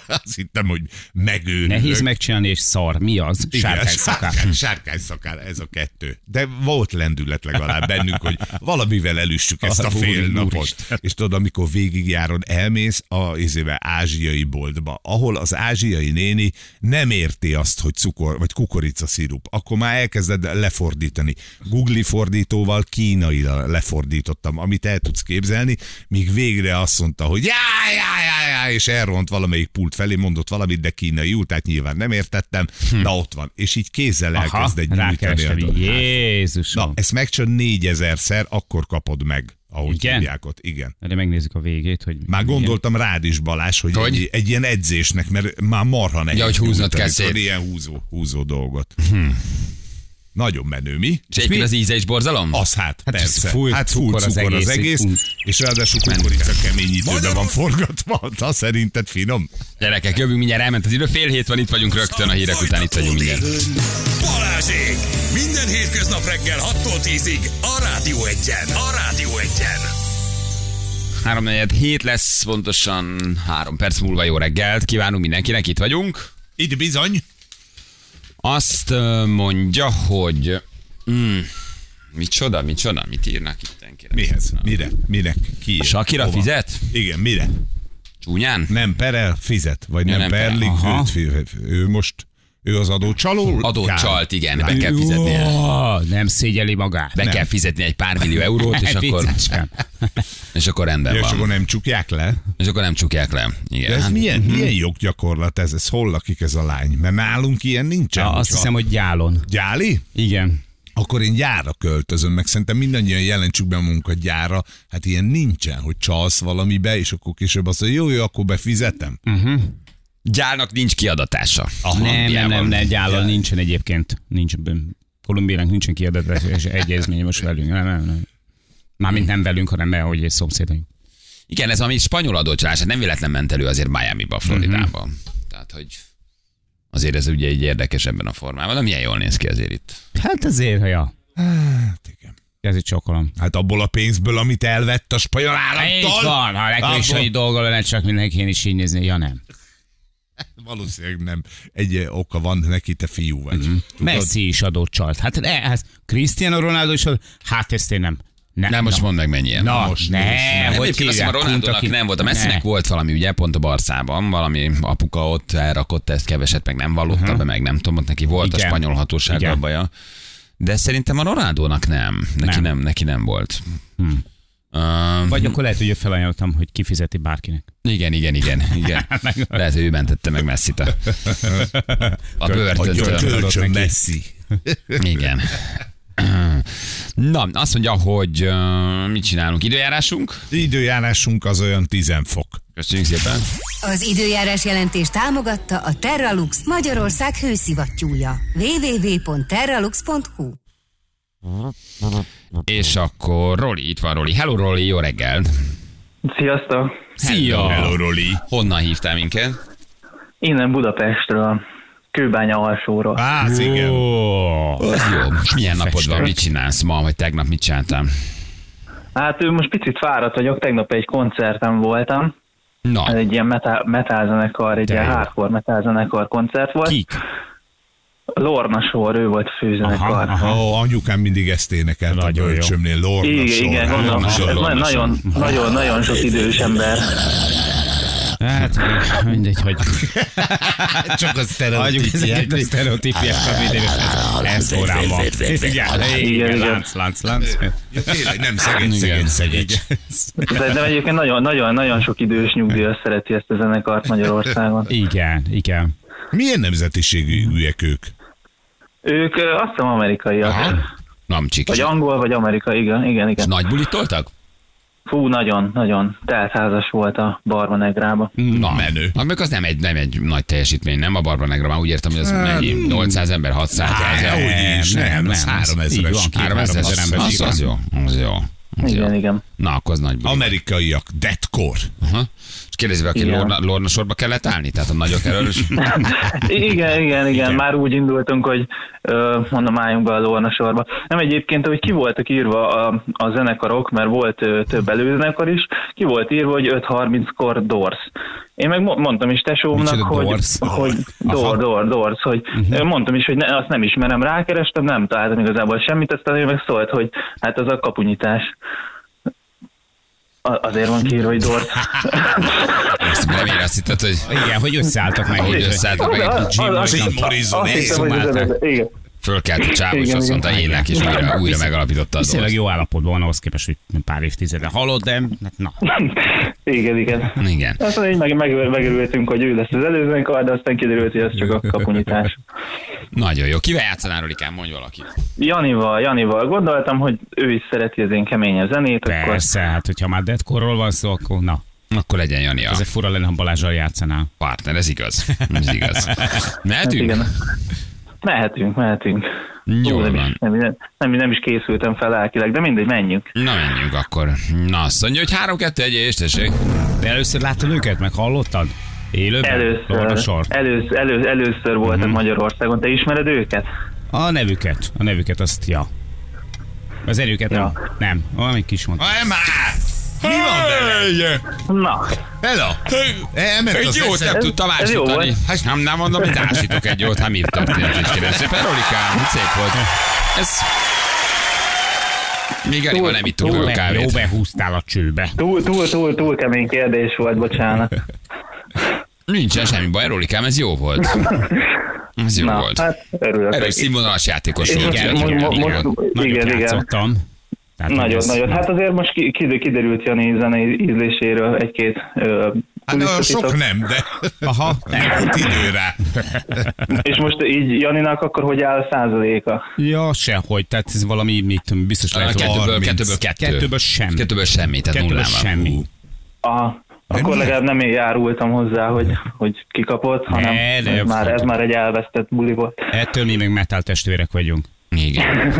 [SPEAKER 3] Azt hittem, hogy megőrülök.
[SPEAKER 2] Nehéz megcsinálni, és szar. Mi az?
[SPEAKER 3] Igen,
[SPEAKER 2] Sárkány szakál.
[SPEAKER 3] Sárkány, sárkány szakál, ez a kettő. De volt lendület legalább bennünk, hogy valamivel elüssük ezt a
[SPEAKER 2] Ah,
[SPEAKER 3] fél
[SPEAKER 2] úr-
[SPEAKER 3] napot.
[SPEAKER 2] úristen.
[SPEAKER 3] És tudod, amikor végigjáron elmész a izébe ázsiai boltba, ahol az ázsiai néni nem érti azt, hogy cukor vagy kukorica szirup, akkor már elkezded lefordítani. Google fordítóval kínaira lefordítottam, amit el tudsz képzelni, míg végre azt mondta, hogy já, já, já, já, és elront valamelyik pult felé, mondott valamit, de kínaiul, tehát nyilván nem értettem, hm. na ott van. És így kézzel
[SPEAKER 2] Aha,
[SPEAKER 3] elkezd egy Hát.
[SPEAKER 2] rákerestem. Jézusom.
[SPEAKER 3] Na,
[SPEAKER 2] Na.
[SPEAKER 3] ezt megcsin négyezerszer, akkor kapod meg, ahogy
[SPEAKER 2] Igen?
[SPEAKER 3] Igen? hívják ott. Igen.
[SPEAKER 2] De megnézzük a végét, hogy...
[SPEAKER 3] Már
[SPEAKER 2] milyen.
[SPEAKER 3] gondoltam rád is, Balázs, hogy,
[SPEAKER 1] Hogy?
[SPEAKER 3] hogy? Egy, egy ilyen edzésnek, mert már marha nehéz.
[SPEAKER 1] Ja, hogy húznod
[SPEAKER 3] nyújtani,
[SPEAKER 1] kell szét.
[SPEAKER 3] tudod, Ilyen húzó, húzó dolgot. Nagyon menő, mi?
[SPEAKER 1] És egyébként az íze is borzalom?
[SPEAKER 3] Az hát,
[SPEAKER 2] Hát
[SPEAKER 3] hát
[SPEAKER 2] ez
[SPEAKER 3] persze.
[SPEAKER 2] full
[SPEAKER 3] hát full
[SPEAKER 2] cukor
[SPEAKER 3] cukor,
[SPEAKER 2] az
[SPEAKER 3] az egész,
[SPEAKER 2] egész, egy-
[SPEAKER 3] és ráadásul kukorica kemény időben van forgatva. Ta szerinted finom?
[SPEAKER 1] Gyerekek, jövünk mindjárt, elment az idő, fél hét van, itt vagyunk rögtön a hírek után, itt vagyunk mindjárt.
[SPEAKER 4] Balázsék! Minden hétköznap reggel 6-tól 10-ig a Rádió Egyen. A Rádió Egyen.
[SPEAKER 1] 3-4-7 lesz, pontosan 3 perc múlva jó reggelt. Kívánunk mindenkinek, itt vagyunk.
[SPEAKER 3] Itt bizony.
[SPEAKER 1] Azt ö, mondja, hogy... Mm, micsoda, micsoda, mit írnak itt? Kérem.
[SPEAKER 3] Mihez? Mire? Minek? Ki? ír?
[SPEAKER 1] Sakira
[SPEAKER 3] Hova?
[SPEAKER 1] fizet?
[SPEAKER 3] Igen, mire?
[SPEAKER 1] Csúnyán?
[SPEAKER 3] Nem perel, fizet. Vagy
[SPEAKER 1] Ja,
[SPEAKER 3] nem,
[SPEAKER 1] nem
[SPEAKER 3] nem perlik,
[SPEAKER 1] perel. Aha.
[SPEAKER 3] őt, fi- ő most, ő az adócsaló?
[SPEAKER 1] Adót
[SPEAKER 3] Kár.
[SPEAKER 1] csalt, igen, be
[SPEAKER 3] Ő-
[SPEAKER 1] kell fizetnie.
[SPEAKER 2] Ó, nem szégyeli magát.
[SPEAKER 1] Be kell fizetni egy pár millió eurót, és akkor,
[SPEAKER 2] Viccesen.
[SPEAKER 1] és akkor rendben
[SPEAKER 3] És akkor
[SPEAKER 1] van.
[SPEAKER 3] nem csukják le?
[SPEAKER 1] És akkor nem csukják le.
[SPEAKER 3] De
[SPEAKER 1] Igen.
[SPEAKER 3] ez
[SPEAKER 1] hát-
[SPEAKER 3] milyen, milyen joggyakorlat ez? Ez hol lakik ez a lány? Mert nálunk ilyen nincsen.
[SPEAKER 2] Ja, Azt
[SPEAKER 3] hogyha-
[SPEAKER 2] hiszem, hogy gyálon.
[SPEAKER 3] Gyáli?
[SPEAKER 2] Igen.
[SPEAKER 3] akkor én gyára költözöm, meg szerintem mindannyian jelentsük be magunkat gyára, hát
[SPEAKER 1] Hm.
[SPEAKER 3] ilyen nincsen, hogy csalsz valamibe, és akkor később azt mondja, jó, jó, akkor befizetem. Uh-huh.
[SPEAKER 1] Gyálnak nincs kiadatása.
[SPEAKER 2] Aha, nem, nem, nem,
[SPEAKER 1] Angliában.
[SPEAKER 2] nem, gyállal nincsen egyébként. Nincs, Kolumbiának nincsen kiadatási egyezmény most velünk. Nem, nem, nem. Mármint nem velünk, hanem mert, hogy egy szomszédaink.
[SPEAKER 1] Igen, ez ami spanyol adócsalás, hát nem véletlen ment elő azért Miami-ba, Floridába.
[SPEAKER 2] Mhm.
[SPEAKER 1] Tehát, hogy azért ez ugye egy érdekes ebben a formában, de milyen jól néz ki azért itt.
[SPEAKER 2] Hát azért, ha ja.
[SPEAKER 3] Hát igen.
[SPEAKER 2] Ez itt csokolom.
[SPEAKER 3] Hát abból a pénzből, amit elvett a spanyol
[SPEAKER 2] Így
[SPEAKER 3] államtól.
[SPEAKER 2] van, ha nekem is
[SPEAKER 3] abból-
[SPEAKER 2] annyi dolga lenne, csak mindenki én is így nézni, ja nem.
[SPEAKER 3] Valószínűleg nem. Egy eh, oka van neki, te fiú vagy. Mm-hmm.
[SPEAKER 2] Mhm. Messi is adott csalt. Hát e, hát Cristiano Ronaldo is adott, hát ezt én nem. Ne,
[SPEAKER 1] Nem, most
[SPEAKER 2] na,
[SPEAKER 1] mondd meg mennyien.
[SPEAKER 2] Na,
[SPEAKER 3] most
[SPEAKER 2] most ne,
[SPEAKER 3] nézd
[SPEAKER 1] Nem,
[SPEAKER 2] hogy
[SPEAKER 1] egyébként azt hiszem, a
[SPEAKER 2] hívják,
[SPEAKER 1] Ronaldónak
[SPEAKER 2] Kunta ki-
[SPEAKER 1] nem volt, a Messinek
[SPEAKER 2] Ne.
[SPEAKER 1] volt valami, ugye pont a Barszában, valami apuka ott elrakott ezt, keveset meg nem vallotta be, meg nem tudom, ott neki volt a
[SPEAKER 2] Mhm. Igen.
[SPEAKER 1] spanyol hatósággal
[SPEAKER 2] Igen.
[SPEAKER 1] baja. De szerintem a Ronaldónak nem. Neki nem,
[SPEAKER 2] Nem. Hmm.
[SPEAKER 1] nem neki nem volt. Hm.
[SPEAKER 2] Vagy akkor lehet, hogy felajánlottam, hogy kifizeti bárkinek.
[SPEAKER 1] Igen, igen, igen. igen.
[SPEAKER 2] Meg-
[SPEAKER 1] Lehet, hogy ő mentette meg messzit a, a
[SPEAKER 3] Hogy
[SPEAKER 1] börtöntől.
[SPEAKER 3] kölcsön messzi.
[SPEAKER 1] Igen. Na, azt mondja, hogy ö, mit csinálunk? Időjárásunk?
[SPEAKER 3] Időjárásunk az olyan 10 fok.
[SPEAKER 1] Köszönjük szépen.
[SPEAKER 5] Az időjárás jelentés támogatta a Terralux Magyarország hőszivattyúja. www.terralux.hu
[SPEAKER 1] És akkor Roli, itt van Roli. Hello Roli, jó reggel.
[SPEAKER 6] Sziasztok!
[SPEAKER 1] Szia!
[SPEAKER 3] Hello, Roli.
[SPEAKER 1] Honnan hívtál minket?
[SPEAKER 6] Innen Budapestről, Kőbánya alsóról.
[SPEAKER 3] Hát igen.
[SPEAKER 2] Ó,
[SPEAKER 1] Az jó. És milyen napod van?
[SPEAKER 2] Festek.
[SPEAKER 1] Mit csinálsz ma, vagy tegnap mit csináltál?
[SPEAKER 6] Hát ő most picit fáradt vagyok, tegnap egy koncerten voltam,
[SPEAKER 1] Na,
[SPEAKER 6] ez egy ilyen metal, metal zenekar, egy
[SPEAKER 2] De
[SPEAKER 6] ilyen
[SPEAKER 2] jó.
[SPEAKER 6] hardcore metal zenekar koncert volt.
[SPEAKER 2] Kik?
[SPEAKER 6] Lorna Sor, ő volt a főzenekar.
[SPEAKER 2] Aha, aha.
[SPEAKER 3] Ó, anyukám mindig ezt énekelt
[SPEAKER 2] Nagyon
[SPEAKER 3] a
[SPEAKER 2] jó.
[SPEAKER 3] bölcsömnél, Lorna
[SPEAKER 6] Igen,
[SPEAKER 3] sor.
[SPEAKER 6] igen,
[SPEAKER 3] Lorna
[SPEAKER 6] gondolom, ez
[SPEAKER 3] sor,
[SPEAKER 6] nagyon,
[SPEAKER 3] Lorna sor.
[SPEAKER 6] nagyon, nagyon, nagyon sok idős ember.
[SPEAKER 2] Hát igen, mindegy, hogy
[SPEAKER 3] Csak a
[SPEAKER 2] hagyjuk
[SPEAKER 3] sztereotípiák.
[SPEAKER 2] ezeket a sztereotípiákat mindig. Ez korán van. Igen, igen,
[SPEAKER 6] igen.
[SPEAKER 2] lánc, lánc, lánc.
[SPEAKER 3] Ja, Tényleg nem szegény, szegény,
[SPEAKER 1] Igen.
[SPEAKER 3] szegény.
[SPEAKER 6] De, de egyébként nagyon, nagyon, nagyon sok idős nyugdíjas szereti ezt a zenekart Magyarországon.
[SPEAKER 2] Igen, igen.
[SPEAKER 3] Milyen nemzetiségűek ők?
[SPEAKER 6] Ők ö, azt hiszem amerikaiak.
[SPEAKER 1] nem csik.
[SPEAKER 6] Vagy angol, vagy amerika, igen, igen,
[SPEAKER 1] És
[SPEAKER 6] igen.
[SPEAKER 1] nagy bulitoltak?
[SPEAKER 6] Fú, nagyon, nagyon. Teltházas volt a Barba Negrába.
[SPEAKER 1] Na,
[SPEAKER 3] Menő.
[SPEAKER 1] Hát meg az nem egy, nem egy nagy teljesítmény, nem a Barba Negra, már úgy értem, hogy az
[SPEAKER 2] Hát,
[SPEAKER 1] mennyi, 800 ember, 600
[SPEAKER 3] Hát,
[SPEAKER 1] ezer.
[SPEAKER 3] hogy is, nem,
[SPEAKER 2] hmm. nem,
[SPEAKER 3] az
[SPEAKER 2] nem, az
[SPEAKER 3] 3000-es.
[SPEAKER 2] így van,
[SPEAKER 1] 3000
[SPEAKER 2] ki- három
[SPEAKER 1] ember.
[SPEAKER 2] ezer
[SPEAKER 1] Az,
[SPEAKER 2] ember,
[SPEAKER 1] az jó, az jó. Az
[SPEAKER 6] Igen,
[SPEAKER 1] jó.
[SPEAKER 6] igen.
[SPEAKER 1] Na, akkor az nagy buli.
[SPEAKER 3] Amerikaiak, deadcore.
[SPEAKER 1] Aha. És kérdezi, aki
[SPEAKER 6] Igen.
[SPEAKER 1] Lorna, Lorna sorba kellett állni? Tehát a nagyok elől is?
[SPEAKER 6] Igen, igen, igen, igen. Már úgy indultunk, hogy ö, mondom, álljunk be a Lorna sorba. Nem egyébként, hogy ki voltak írva a, a zenekarok, mert volt ö, több előzenekar is, ki volt írva, hogy 5.30-kor Dors. Én meg mo- mondtam is tesómnak,
[SPEAKER 2] Micsoda,
[SPEAKER 6] hogy,
[SPEAKER 2] Doors?
[SPEAKER 6] hogy Dor, Dor, Dors, hogy uh-huh. mondtam is, hogy ne, azt nem ismerem, rákerestem, nem találtam igazából semmit, aztán ő meg szólt, hogy hát az a kapunyítás. A- Azért van kiírva, hogy Dors.
[SPEAKER 1] Ezt nem én azt hitted, hogy
[SPEAKER 2] Igen, hogy összeálltak meg.
[SPEAKER 1] ahogy összeálltak meg egy kicsit,
[SPEAKER 6] Az- az-
[SPEAKER 3] Jim Morrison,
[SPEAKER 6] azt hiszem,
[SPEAKER 3] én
[SPEAKER 6] hogy ez-
[SPEAKER 2] szumálták.
[SPEAKER 6] ez- Igen.
[SPEAKER 1] fölkelt a csávó, és
[SPEAKER 6] Igen,
[SPEAKER 1] azt mondta,
[SPEAKER 2] igen.
[SPEAKER 1] ének, és újra, újra megalapította az
[SPEAKER 2] Viszonylag
[SPEAKER 1] orvost.
[SPEAKER 2] jó állapotban van ahhoz képest, hogy pár évtizede halott, de hát na.
[SPEAKER 6] Igen, igen.
[SPEAKER 1] Igen.
[SPEAKER 6] Aztán így meg, meg, megörültünk, hogy ő lesz az előzőnkar, de aztán kiderült, hogy ez csak a kapunyítás.
[SPEAKER 1] Nagyon jó. Kivel játszanál, Rolikám? Mondj valaki.
[SPEAKER 6] Janival, Janival gondoltam, hogy ő is szereti az én keményen zenét, akkor
[SPEAKER 2] Persze, hát hogyha már deadcore van szó, akkor na.
[SPEAKER 1] Akkor legyen Jani a
[SPEAKER 2] Ez egy fura lenne, ha Balázsral játszanál.
[SPEAKER 1] partner, ez igaz. Ez igaz. Mehetünk?
[SPEAKER 6] Hát igen. Mehetünk, mehetünk.
[SPEAKER 1] Jól
[SPEAKER 6] Hú, nem,
[SPEAKER 1] van.
[SPEAKER 6] is, nem, nem, nem, nem is készültem fel lelkileg, de mindegy, menjünk.
[SPEAKER 1] Na menjünk akkor. Na azt mondja, hogy 3-2-1 és tessék.
[SPEAKER 2] De először láttad őket, meg hallottad? Élőben? Lorna
[SPEAKER 6] Először,
[SPEAKER 2] Shore.
[SPEAKER 6] először, elő, először
[SPEAKER 1] Mhm.
[SPEAKER 6] voltam Magyarországon. Te ismered őket?
[SPEAKER 2] A nevüket, a nevüket azt, ja. Az erőket nem. Nem, valami kis mondta.
[SPEAKER 3] Ha már! Mi van vele?
[SPEAKER 6] Na,
[SPEAKER 3] Hello! Elment
[SPEAKER 1] Egy
[SPEAKER 3] az
[SPEAKER 1] jót nem
[SPEAKER 3] eszem.
[SPEAKER 1] tudta
[SPEAKER 6] ez jó
[SPEAKER 1] másítani.
[SPEAKER 6] volt.
[SPEAKER 1] Hát nem, nem mondom, hogy ásítok egy jót, hát mi történt is kérem szépen. Rolikám, szép volt. Ez... Még elég nem ittuk meg a
[SPEAKER 2] Jó, jó
[SPEAKER 1] kávét.
[SPEAKER 2] behúztál a csőbe.
[SPEAKER 6] túl, túl, túl, túl kemény kérdés volt, bocsánat.
[SPEAKER 1] Nincsen semmi baj, Rolikám, ez jó volt. Ez jó
[SPEAKER 6] Na,
[SPEAKER 1] volt.
[SPEAKER 6] hát örülök.
[SPEAKER 1] Erős színvonalas játékos
[SPEAKER 6] Igen,
[SPEAKER 1] volt.
[SPEAKER 2] Igen,
[SPEAKER 6] most-
[SPEAKER 2] igen,
[SPEAKER 6] most-
[SPEAKER 2] igen.
[SPEAKER 6] most-
[SPEAKER 2] Nagyot
[SPEAKER 6] igen, igen.
[SPEAKER 2] játszottam. Tehát
[SPEAKER 6] Nagyon,
[SPEAKER 2] ez-
[SPEAKER 6] nagyon. Hát azért most ki- kide- kiderült Jani zenei ízléséről egy-két ö,
[SPEAKER 3] Hát na, sok
[SPEAKER 6] kulisszatitok.
[SPEAKER 3] nem, de
[SPEAKER 2] Aha,
[SPEAKER 3] nem hát volt idő rá.
[SPEAKER 6] És most így Janinak akkor hogy áll a százaléka?
[SPEAKER 2] Ja, sehogy, tehát ez valami, mit tudom, biztos
[SPEAKER 1] A
[SPEAKER 2] lehet, hogy
[SPEAKER 1] kettőből,
[SPEAKER 3] 30.
[SPEAKER 1] kettőből kettő.
[SPEAKER 2] Kettőből sem.
[SPEAKER 1] Kettőből semmi, tehát
[SPEAKER 2] Kettőből
[SPEAKER 1] nullával.
[SPEAKER 2] semmi.
[SPEAKER 6] A, Akkor legalább nem én járultam hozzá, hogy, hogy kikapott, hanem
[SPEAKER 2] Ne, de
[SPEAKER 6] ez,
[SPEAKER 2] jobb
[SPEAKER 6] már, ez
[SPEAKER 2] szóval.
[SPEAKER 6] már egy elvesztett buli volt.
[SPEAKER 2] Ettől mi még metal testvérek vagyunk.
[SPEAKER 1] Igen.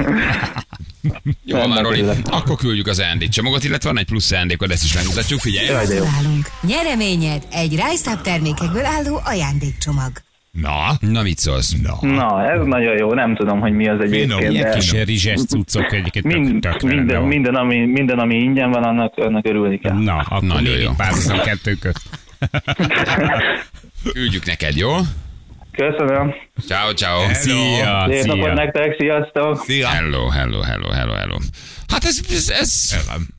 [SPEAKER 1] Jó, már Roli.
[SPEAKER 6] örülök.
[SPEAKER 1] Akkor küldjük az ajándékcsomagot, illetve van egy plusz ajándékod, ezt is megmutatjuk, figyelj.
[SPEAKER 6] Jaj, de jó.
[SPEAKER 5] Gratulálunk! Nyereményed egy Rájszább termékekből álló ajándékcsomag.
[SPEAKER 3] Na,
[SPEAKER 1] Na, mit szólsz?
[SPEAKER 3] na.
[SPEAKER 6] Na, ez nagyon jó, nem tudom, hogy mi az egyébként.
[SPEAKER 3] ilyen
[SPEAKER 2] Ilyen
[SPEAKER 6] de
[SPEAKER 2] kis rizses cuccok egyébként tök,
[SPEAKER 6] Mind,
[SPEAKER 2] tök rendben
[SPEAKER 6] minden,
[SPEAKER 2] van.
[SPEAKER 6] minden, ami, minden, ami ingyen van, annak, annak örülni kell.
[SPEAKER 2] Na, akkor
[SPEAKER 1] Nagyon
[SPEAKER 2] még
[SPEAKER 1] jó.
[SPEAKER 2] egy párhuzam kettő közt.
[SPEAKER 1] Küldjük neked, jó?
[SPEAKER 6] Köszönöm.
[SPEAKER 1] Ciao, ciao.
[SPEAKER 2] Szia,
[SPEAKER 6] Szép napot
[SPEAKER 2] szia.
[SPEAKER 6] nektek, sziasztok!
[SPEAKER 3] Szia.
[SPEAKER 1] Hello, hello, hello, hello, hello. Hát ez, ez, ez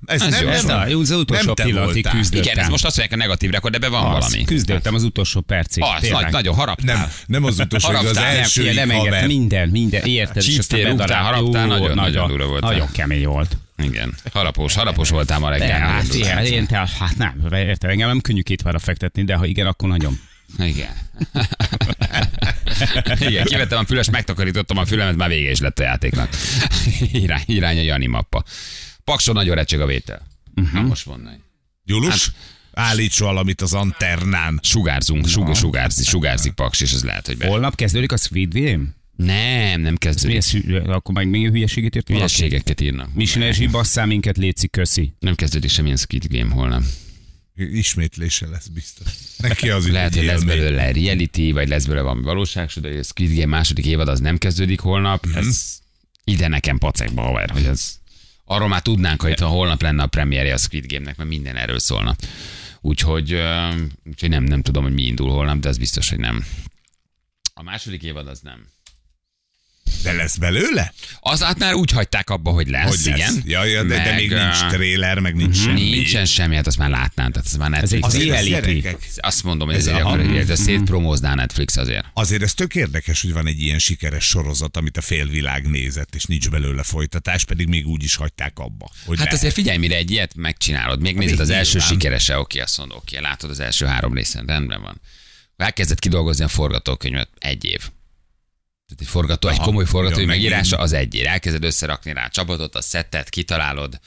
[SPEAKER 3] Ez,
[SPEAKER 1] Ez
[SPEAKER 3] nem,
[SPEAKER 1] jó, ez
[SPEAKER 3] nem,
[SPEAKER 2] Na, jó, az utolsó
[SPEAKER 3] nem te
[SPEAKER 2] pillanatig
[SPEAKER 3] voltál.
[SPEAKER 2] küzdöttem.
[SPEAKER 1] igen, ez most azt mondják a negatív rekord, de be van
[SPEAKER 2] Az,
[SPEAKER 1] valami.
[SPEAKER 2] Küzdöttem az utolsó percig.
[SPEAKER 1] Az,
[SPEAKER 2] tényleg.
[SPEAKER 1] nagy, nagyon haraptál.
[SPEAKER 3] Nem, nem az utolsó, hogy az
[SPEAKER 1] Hát, Haraptál, nem,
[SPEAKER 3] első
[SPEAKER 2] Figyelj, nem engedte,
[SPEAKER 3] haver.
[SPEAKER 2] minden, minden, érted? és aztán
[SPEAKER 1] Csíptél, rúgtál,
[SPEAKER 2] bedarál.
[SPEAKER 1] haraptál,
[SPEAKER 2] Ú,
[SPEAKER 1] nagyon- nagyon durva voltál.
[SPEAKER 2] Nagyon kemény volt.
[SPEAKER 1] Igen, harapós, harapós voltál ma reggel.
[SPEAKER 2] Hát,
[SPEAKER 1] Nagyon
[SPEAKER 2] figyelj,
[SPEAKER 1] durva.
[SPEAKER 2] én te, hát nem, érted, engem nem könnyű két vára fektetni, de ha igen, akkor nagyon.
[SPEAKER 1] Igen. Igen, kivettem a füles, megtakarítottam a fülemet, már vége is lett a játéknak. Irány, irány a Jani mappa. Pakson nagyon recseg a vétel. Uh-huh. Na most mondani.
[SPEAKER 3] Gyulus,
[SPEAKER 1] hát-
[SPEAKER 3] állíts valamit az anternán.
[SPEAKER 1] Sugárzunk, sug, sugárzik, sugárzik Paks, és ez lehet, hogy be...
[SPEAKER 2] Holnap kezdődik a Squid Game?
[SPEAKER 1] Nem, nem
[SPEAKER 2] Mi
[SPEAKER 1] kezdődik.
[SPEAKER 2] ez, hű- akkor meg még hülyeséget írt valaki?
[SPEAKER 1] Hülyeségeket írnak.
[SPEAKER 2] Micsi, ne zsibasszál minket, Léci, köszi.
[SPEAKER 1] Nem kezdődik semmilyen Squid Game holnap.
[SPEAKER 3] Ismétlése lesz biztos. Neki az
[SPEAKER 1] Lehet,
[SPEAKER 3] egy
[SPEAKER 1] hogy lesz
[SPEAKER 3] élmény.
[SPEAKER 1] belőle reality, vagy lesz belőle valami valóság, de a Squid Game második évad az nem kezdődik holnap.
[SPEAKER 3] Mhm.
[SPEAKER 1] Ez ide nekem pacekba, haver, hogy ez... Arról már tudnánk, hogy ha holnap lenne a premierje a Squid Game-nek, mert minden erről szólna. Úgyhogy, ö, úgyhogy nem, nem tudom, hogy mi indul holnap, de az biztos, hogy nem. A második évad az nem.
[SPEAKER 3] De lesz belőle?
[SPEAKER 1] Az hát már úgy hagyták abba, hogy lesz,
[SPEAKER 3] Hogy lesz?
[SPEAKER 1] igen.
[SPEAKER 3] Ja, ja, de, de még
[SPEAKER 1] Meg,
[SPEAKER 3] nincs
[SPEAKER 1] ö, Mhm.
[SPEAKER 3] tréler, meg nincs semmi.
[SPEAKER 1] Nincsen semmi, hát azt már látnám. Tehát ez már Netflix.
[SPEAKER 2] egy
[SPEAKER 1] Azért
[SPEAKER 3] Azért
[SPEAKER 1] azt-
[SPEAKER 3] az
[SPEAKER 2] reality.
[SPEAKER 3] gyerekek,
[SPEAKER 1] azt mondom, hogy
[SPEAKER 3] Ez
[SPEAKER 1] ez egy
[SPEAKER 3] a- Mhm.
[SPEAKER 1] akkor egy- ez szétpromózná Netflix azért.
[SPEAKER 3] Azért ez tök érdekes, hogy van egy ilyen sikeres sorozat, amit a félvilág nézett, és nincs belőle folytatás, pedig még úgy is hagyták abba.
[SPEAKER 1] Hát
[SPEAKER 3] Hogy lehet.
[SPEAKER 1] azért figyelj, mire egy ilyet megcsinálod. Még nézed az
[SPEAKER 3] így
[SPEAKER 1] első
[SPEAKER 3] nyilván.
[SPEAKER 1] sikerese, oké, azt mondod, oké, látod az első három részen, rendben van. Elkezdett kidolgozni a forgatókönyvet egy év. Tehát egy, forgató, egy
[SPEAKER 3] Aha,
[SPEAKER 1] komoly forgatói
[SPEAKER 3] ja, megint.
[SPEAKER 1] megírása az egy év. Elkezded összerakni rá a csapatot, a szettet, kitalálod,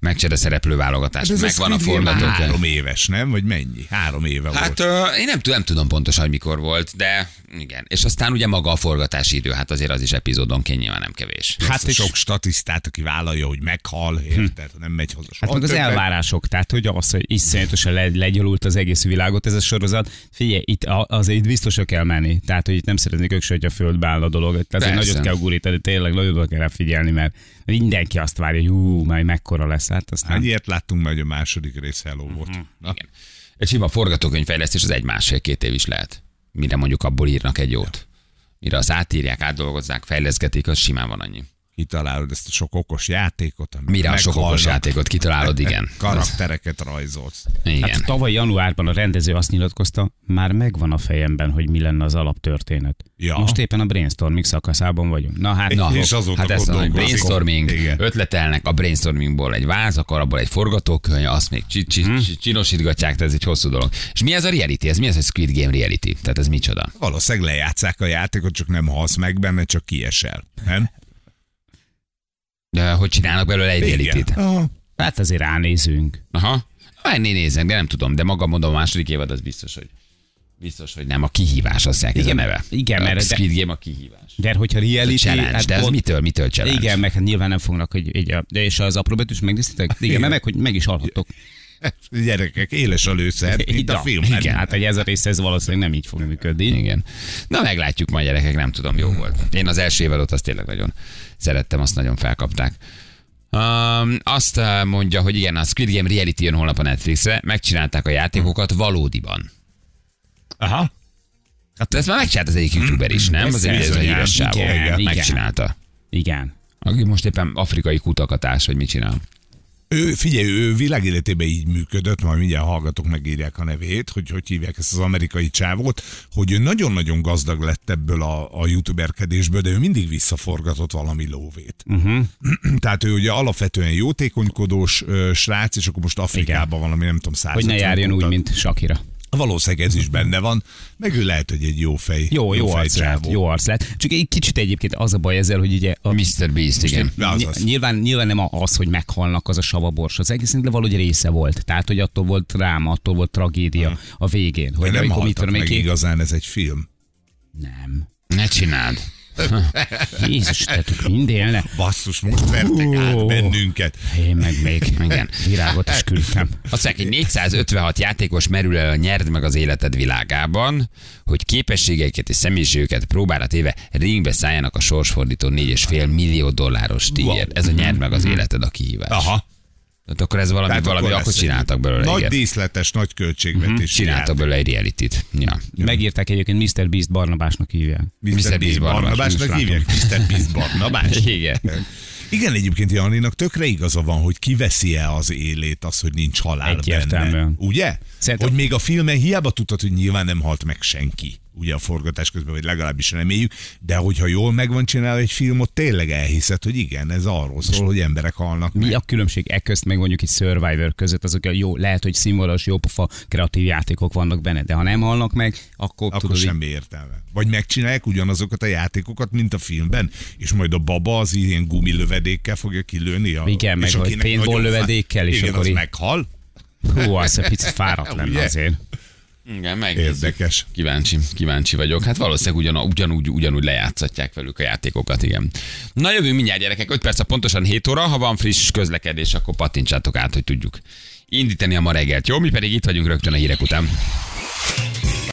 [SPEAKER 1] megcsered a szereplőválogatást,
[SPEAKER 3] Hm. Hát ez
[SPEAKER 1] megvan a
[SPEAKER 3] Squid Game már
[SPEAKER 1] forgatókönyv.
[SPEAKER 3] Három éves, nem? Vagy mennyi? Három éve
[SPEAKER 1] Hát
[SPEAKER 3] volt.
[SPEAKER 1] ö, én nem, t- nem tudom pontosan, hogy mikor volt, de igen. És aztán ugye maga a forgatási idő, hát azért az is epizódonként nyilván nem kevés.
[SPEAKER 3] Hát
[SPEAKER 2] és-
[SPEAKER 3] sok statisztát, aki vállalja, hogy meghal, érted? Nem megy haza.
[SPEAKER 2] Hát
[SPEAKER 3] soha
[SPEAKER 2] meg az
[SPEAKER 3] többet.
[SPEAKER 2] elvárások, tehát hogy az, hogy iszonyatosan le, legyalult az egész világot ez a sorozat. Figyelj, itt a- azért itt biztosra kell menni, tehát hogy itt nem szeretnék ők se, hogy a földbe áll a dolog. Tehát azért
[SPEAKER 1] Persze.
[SPEAKER 2] nagyot kell gurítani, tényleg nagyon oda kell rá figyelni, mert mindenki azt várja, hogy ú, majd mekkora lesz. Hát aztán
[SPEAKER 3] Hány ilyet láttunk már, hogy a második rész hello volt. Na,
[SPEAKER 1] Igen. Egy sima forgatókönyvfejlesztés az egy másfél-két év is lehet. Mire mondjuk abból írnak egy jót. Mire azt átírják, átdolgozzák, fejleszgetik, az simán van annyi.
[SPEAKER 3] kitalálod ezt a sok okos játékot, amit
[SPEAKER 1] Mire a sok okos
[SPEAKER 3] meghalnak.
[SPEAKER 1] játékot kitalálod, igen.
[SPEAKER 3] Karaktereket rajzolsz.
[SPEAKER 2] Hát
[SPEAKER 1] Igen.
[SPEAKER 2] tavaly januárban a rendező azt nyilatkozta, már megvan a fejemben, hogy mi lenne az alaptörténet.
[SPEAKER 3] Ja.
[SPEAKER 2] Most éppen a brainstorming szakaszában vagyunk. Na hát,
[SPEAKER 1] Na,
[SPEAKER 3] És azóta
[SPEAKER 1] hát ezt mondom, hogy
[SPEAKER 3] gondolkozik.
[SPEAKER 1] brainstorming,
[SPEAKER 3] Igen.
[SPEAKER 1] ötletelnek, a brainstormingból egy váz, akkor abból egy forgatókönyv, azt még csi- csi-
[SPEAKER 3] Mhm.
[SPEAKER 1] csi- csinosítgatják, tehát ez egy hosszú dolog. És mi ez a reality? Ez mi ez a Squid Game reality? Tehát ez micsoda?
[SPEAKER 3] Valószínűleg lejátszák a játékot, csak nem halsz meg benne, csak kiesel. Nem?
[SPEAKER 1] De hogy csinálnak belőle egy reality
[SPEAKER 3] Ah,
[SPEAKER 2] hát azért ránézünk.
[SPEAKER 1] Aha. Ennél nézek, de nem tudom, de maga mondom, a második évad az biztos, hogy biztos, hogy nem a kihívás, azt mondják, ez a
[SPEAKER 2] Igen,
[SPEAKER 1] neve.
[SPEAKER 2] igen,
[SPEAKER 1] a
[SPEAKER 2] mert-
[SPEAKER 1] Squid Game a kihívás.
[SPEAKER 2] De hogyha
[SPEAKER 1] Ez a
[SPEAKER 2] reality,
[SPEAKER 1] challenge,
[SPEAKER 2] hát
[SPEAKER 1] de ez
[SPEAKER 2] ott-
[SPEAKER 1] mitől, mitől challenge?
[SPEAKER 2] Igen, meg hát nyilván nem fognak, hogy így, a- de és az apróbetűs megnéztétek? Igen, mert meg, hogy meg is hallhattok.
[SPEAKER 3] gyerekek, éles a lőszer, mint a filmben.
[SPEAKER 2] Igen, hát egy ez a rész, ez valószínűleg nem így fog működni.
[SPEAKER 1] Igen. Na meglátjuk majd gyerekek, nem tudom, jó volt. Én az első évadot azt tényleg nagyon szerettem, azt nagyon felkapták. Um, azt uh, mondja, hogy igen, a Squid Game reality jön holnap a Netflixre, megcsinálták a játékokat valódiban.
[SPEAKER 3] Aha.
[SPEAKER 1] Hát ezt már megcsinált az egyik youtuber is, nem?
[SPEAKER 2] Ez
[SPEAKER 1] Az egy ez a
[SPEAKER 2] bizonyám.
[SPEAKER 1] híres sávó.
[SPEAKER 2] Igen, igen.
[SPEAKER 1] Megcsinálta.
[SPEAKER 2] Igen.
[SPEAKER 1] Aki most éppen afrikai kutakatás, vagy mit csinál.
[SPEAKER 3] Ő, figyelj, ő világéletében így működött, majd mindjárt hallgatók megírják a nevét, hogy hogy hívják ezt az amerikai csávót, hogy ő nagyon-nagyon gazdag lett ebből a, a youtuberkedésből, de ő mindig visszaforgatott valami lóvét.
[SPEAKER 2] Mhm.
[SPEAKER 3] Uh-huh. Tehát ő ugye alapvetően jótékonykodós ö, srác, és akkor most Afrikában valami, nem tudom,
[SPEAKER 2] Hogy
[SPEAKER 3] százat.
[SPEAKER 2] ne járjon úgy, mint Sakira.
[SPEAKER 3] Valószínűleg ez is benne van, meg ő lehet, hogy egy jó fej.
[SPEAKER 2] Jó, jó, jó
[SPEAKER 3] fej
[SPEAKER 2] arc lett,
[SPEAKER 3] csávó.
[SPEAKER 2] jó arc lett. Csak egy kicsit egyébként az a baj ezzel, hogy ugye a,
[SPEAKER 1] Mr. Beast, igen.
[SPEAKER 3] Na, azaz.
[SPEAKER 2] Ny- Nyilván, nyilván nem a- az, hogy meghalnak az a savabors az egésznek, de valahogy része volt. Tehát, hogy attól volt dráma, attól volt tragédia a végén. Hogy
[SPEAKER 3] De nem
[SPEAKER 2] amikor mit
[SPEAKER 3] haltak
[SPEAKER 2] tudom,
[SPEAKER 3] meg
[SPEAKER 2] én, ki-
[SPEAKER 3] igazán, ez egy film.
[SPEAKER 2] Nem.
[SPEAKER 1] Ne csináld.
[SPEAKER 2] Jézus, tehát minden le.
[SPEAKER 3] Basszus, most vertek át
[SPEAKER 2] Ó.
[SPEAKER 3] bennünket.
[SPEAKER 2] Én meg még, igen, virágot is küldtem.
[SPEAKER 1] Azt mondják, hogy 456 játékos merül el a nyerd meg az életed világában, hogy képességeiket és személyiségüket próbára téve ringbe szálljanak a sorsfordító 4,5 millió dolláros díjért. Ez a nyerd meg az életed a kihívás.
[SPEAKER 3] Mhm. Aha.
[SPEAKER 1] Tehát akkor ez valami,
[SPEAKER 3] Tehát
[SPEAKER 1] valami akkor,
[SPEAKER 3] lesz egy
[SPEAKER 1] csináltak belőle,
[SPEAKER 3] Nagy
[SPEAKER 1] igen. Mhm,
[SPEAKER 3] díszletes, nagy költségvetés.
[SPEAKER 1] Csináltak belőle egy reality-t. Ja.
[SPEAKER 2] Megírták egyébként Mr. Beast Barnabásnak hívják.
[SPEAKER 1] Mr.
[SPEAKER 3] Mr.
[SPEAKER 1] Biz
[SPEAKER 3] Biz
[SPEAKER 1] Barnabás,
[SPEAKER 3] Barnabásnak
[SPEAKER 1] most látom.
[SPEAKER 3] hívják. Mr. Biz Barnabás.
[SPEAKER 1] Igen.
[SPEAKER 3] Igen, egyébként Janinak tökre igaza van, hogy kiveszi-e az élét az, hogy nincs halál benne.
[SPEAKER 2] Egyértelműen.
[SPEAKER 3] Ugye?
[SPEAKER 2] Szerintem-
[SPEAKER 3] Hogy még a filmen hiába tudtad, hogy nyilván nem halt meg senki ugye a forgatás közben, vagy legalábbis reméljük, de hogyha jól meg van csinálva egy filmot, tényleg elhiszed, hogy igen, ez arról szól, hogy emberek halnak
[SPEAKER 2] Mi
[SPEAKER 3] meg.
[SPEAKER 2] a különbség e közt, meg mondjuk egy Survivor között, azok a jó, lehet, hogy színvonalas, jópofa, kreatív játékok vannak benne, de ha nem halnak meg,
[SPEAKER 3] Akkor
[SPEAKER 2] akkor, tudod,
[SPEAKER 3] Tudod,
[SPEAKER 2] így-
[SPEAKER 3] semmi értelme. Vagy megcsinálják ugyanazokat a játékokat, mint a filmben, és majd a baba az ilyen gumilövedékkel fogja kilőni. A,
[SPEAKER 2] Igen,
[SPEAKER 3] és
[SPEAKER 2] meg
[SPEAKER 3] akinek
[SPEAKER 2] vagy paintball
[SPEAKER 3] nagyon fáj-
[SPEAKER 2] lövedékkel, és
[SPEAKER 3] igen,
[SPEAKER 2] akkor
[SPEAKER 3] az
[SPEAKER 2] így-
[SPEAKER 3] meghal.
[SPEAKER 2] Hú, az egy picit fáradt lenne
[SPEAKER 3] Ugye?
[SPEAKER 2] azért.
[SPEAKER 1] Igen, megnézzük.
[SPEAKER 3] Érdekes.
[SPEAKER 1] Kíváncsi, kíváncsi vagyok. Hát valószínűleg ugyan, ugyanúgy, ugyanúgy lejátszatják velük a játékokat, igen. Na jövő mindjárt gyerekek, 5 perc, a pontosan 7 óra, ha van friss közlekedés, akkor pattintsátok át, hogy tudjuk indítani a ma reggelt. Jó, mi pedig itt vagyunk rögtön a hírek után.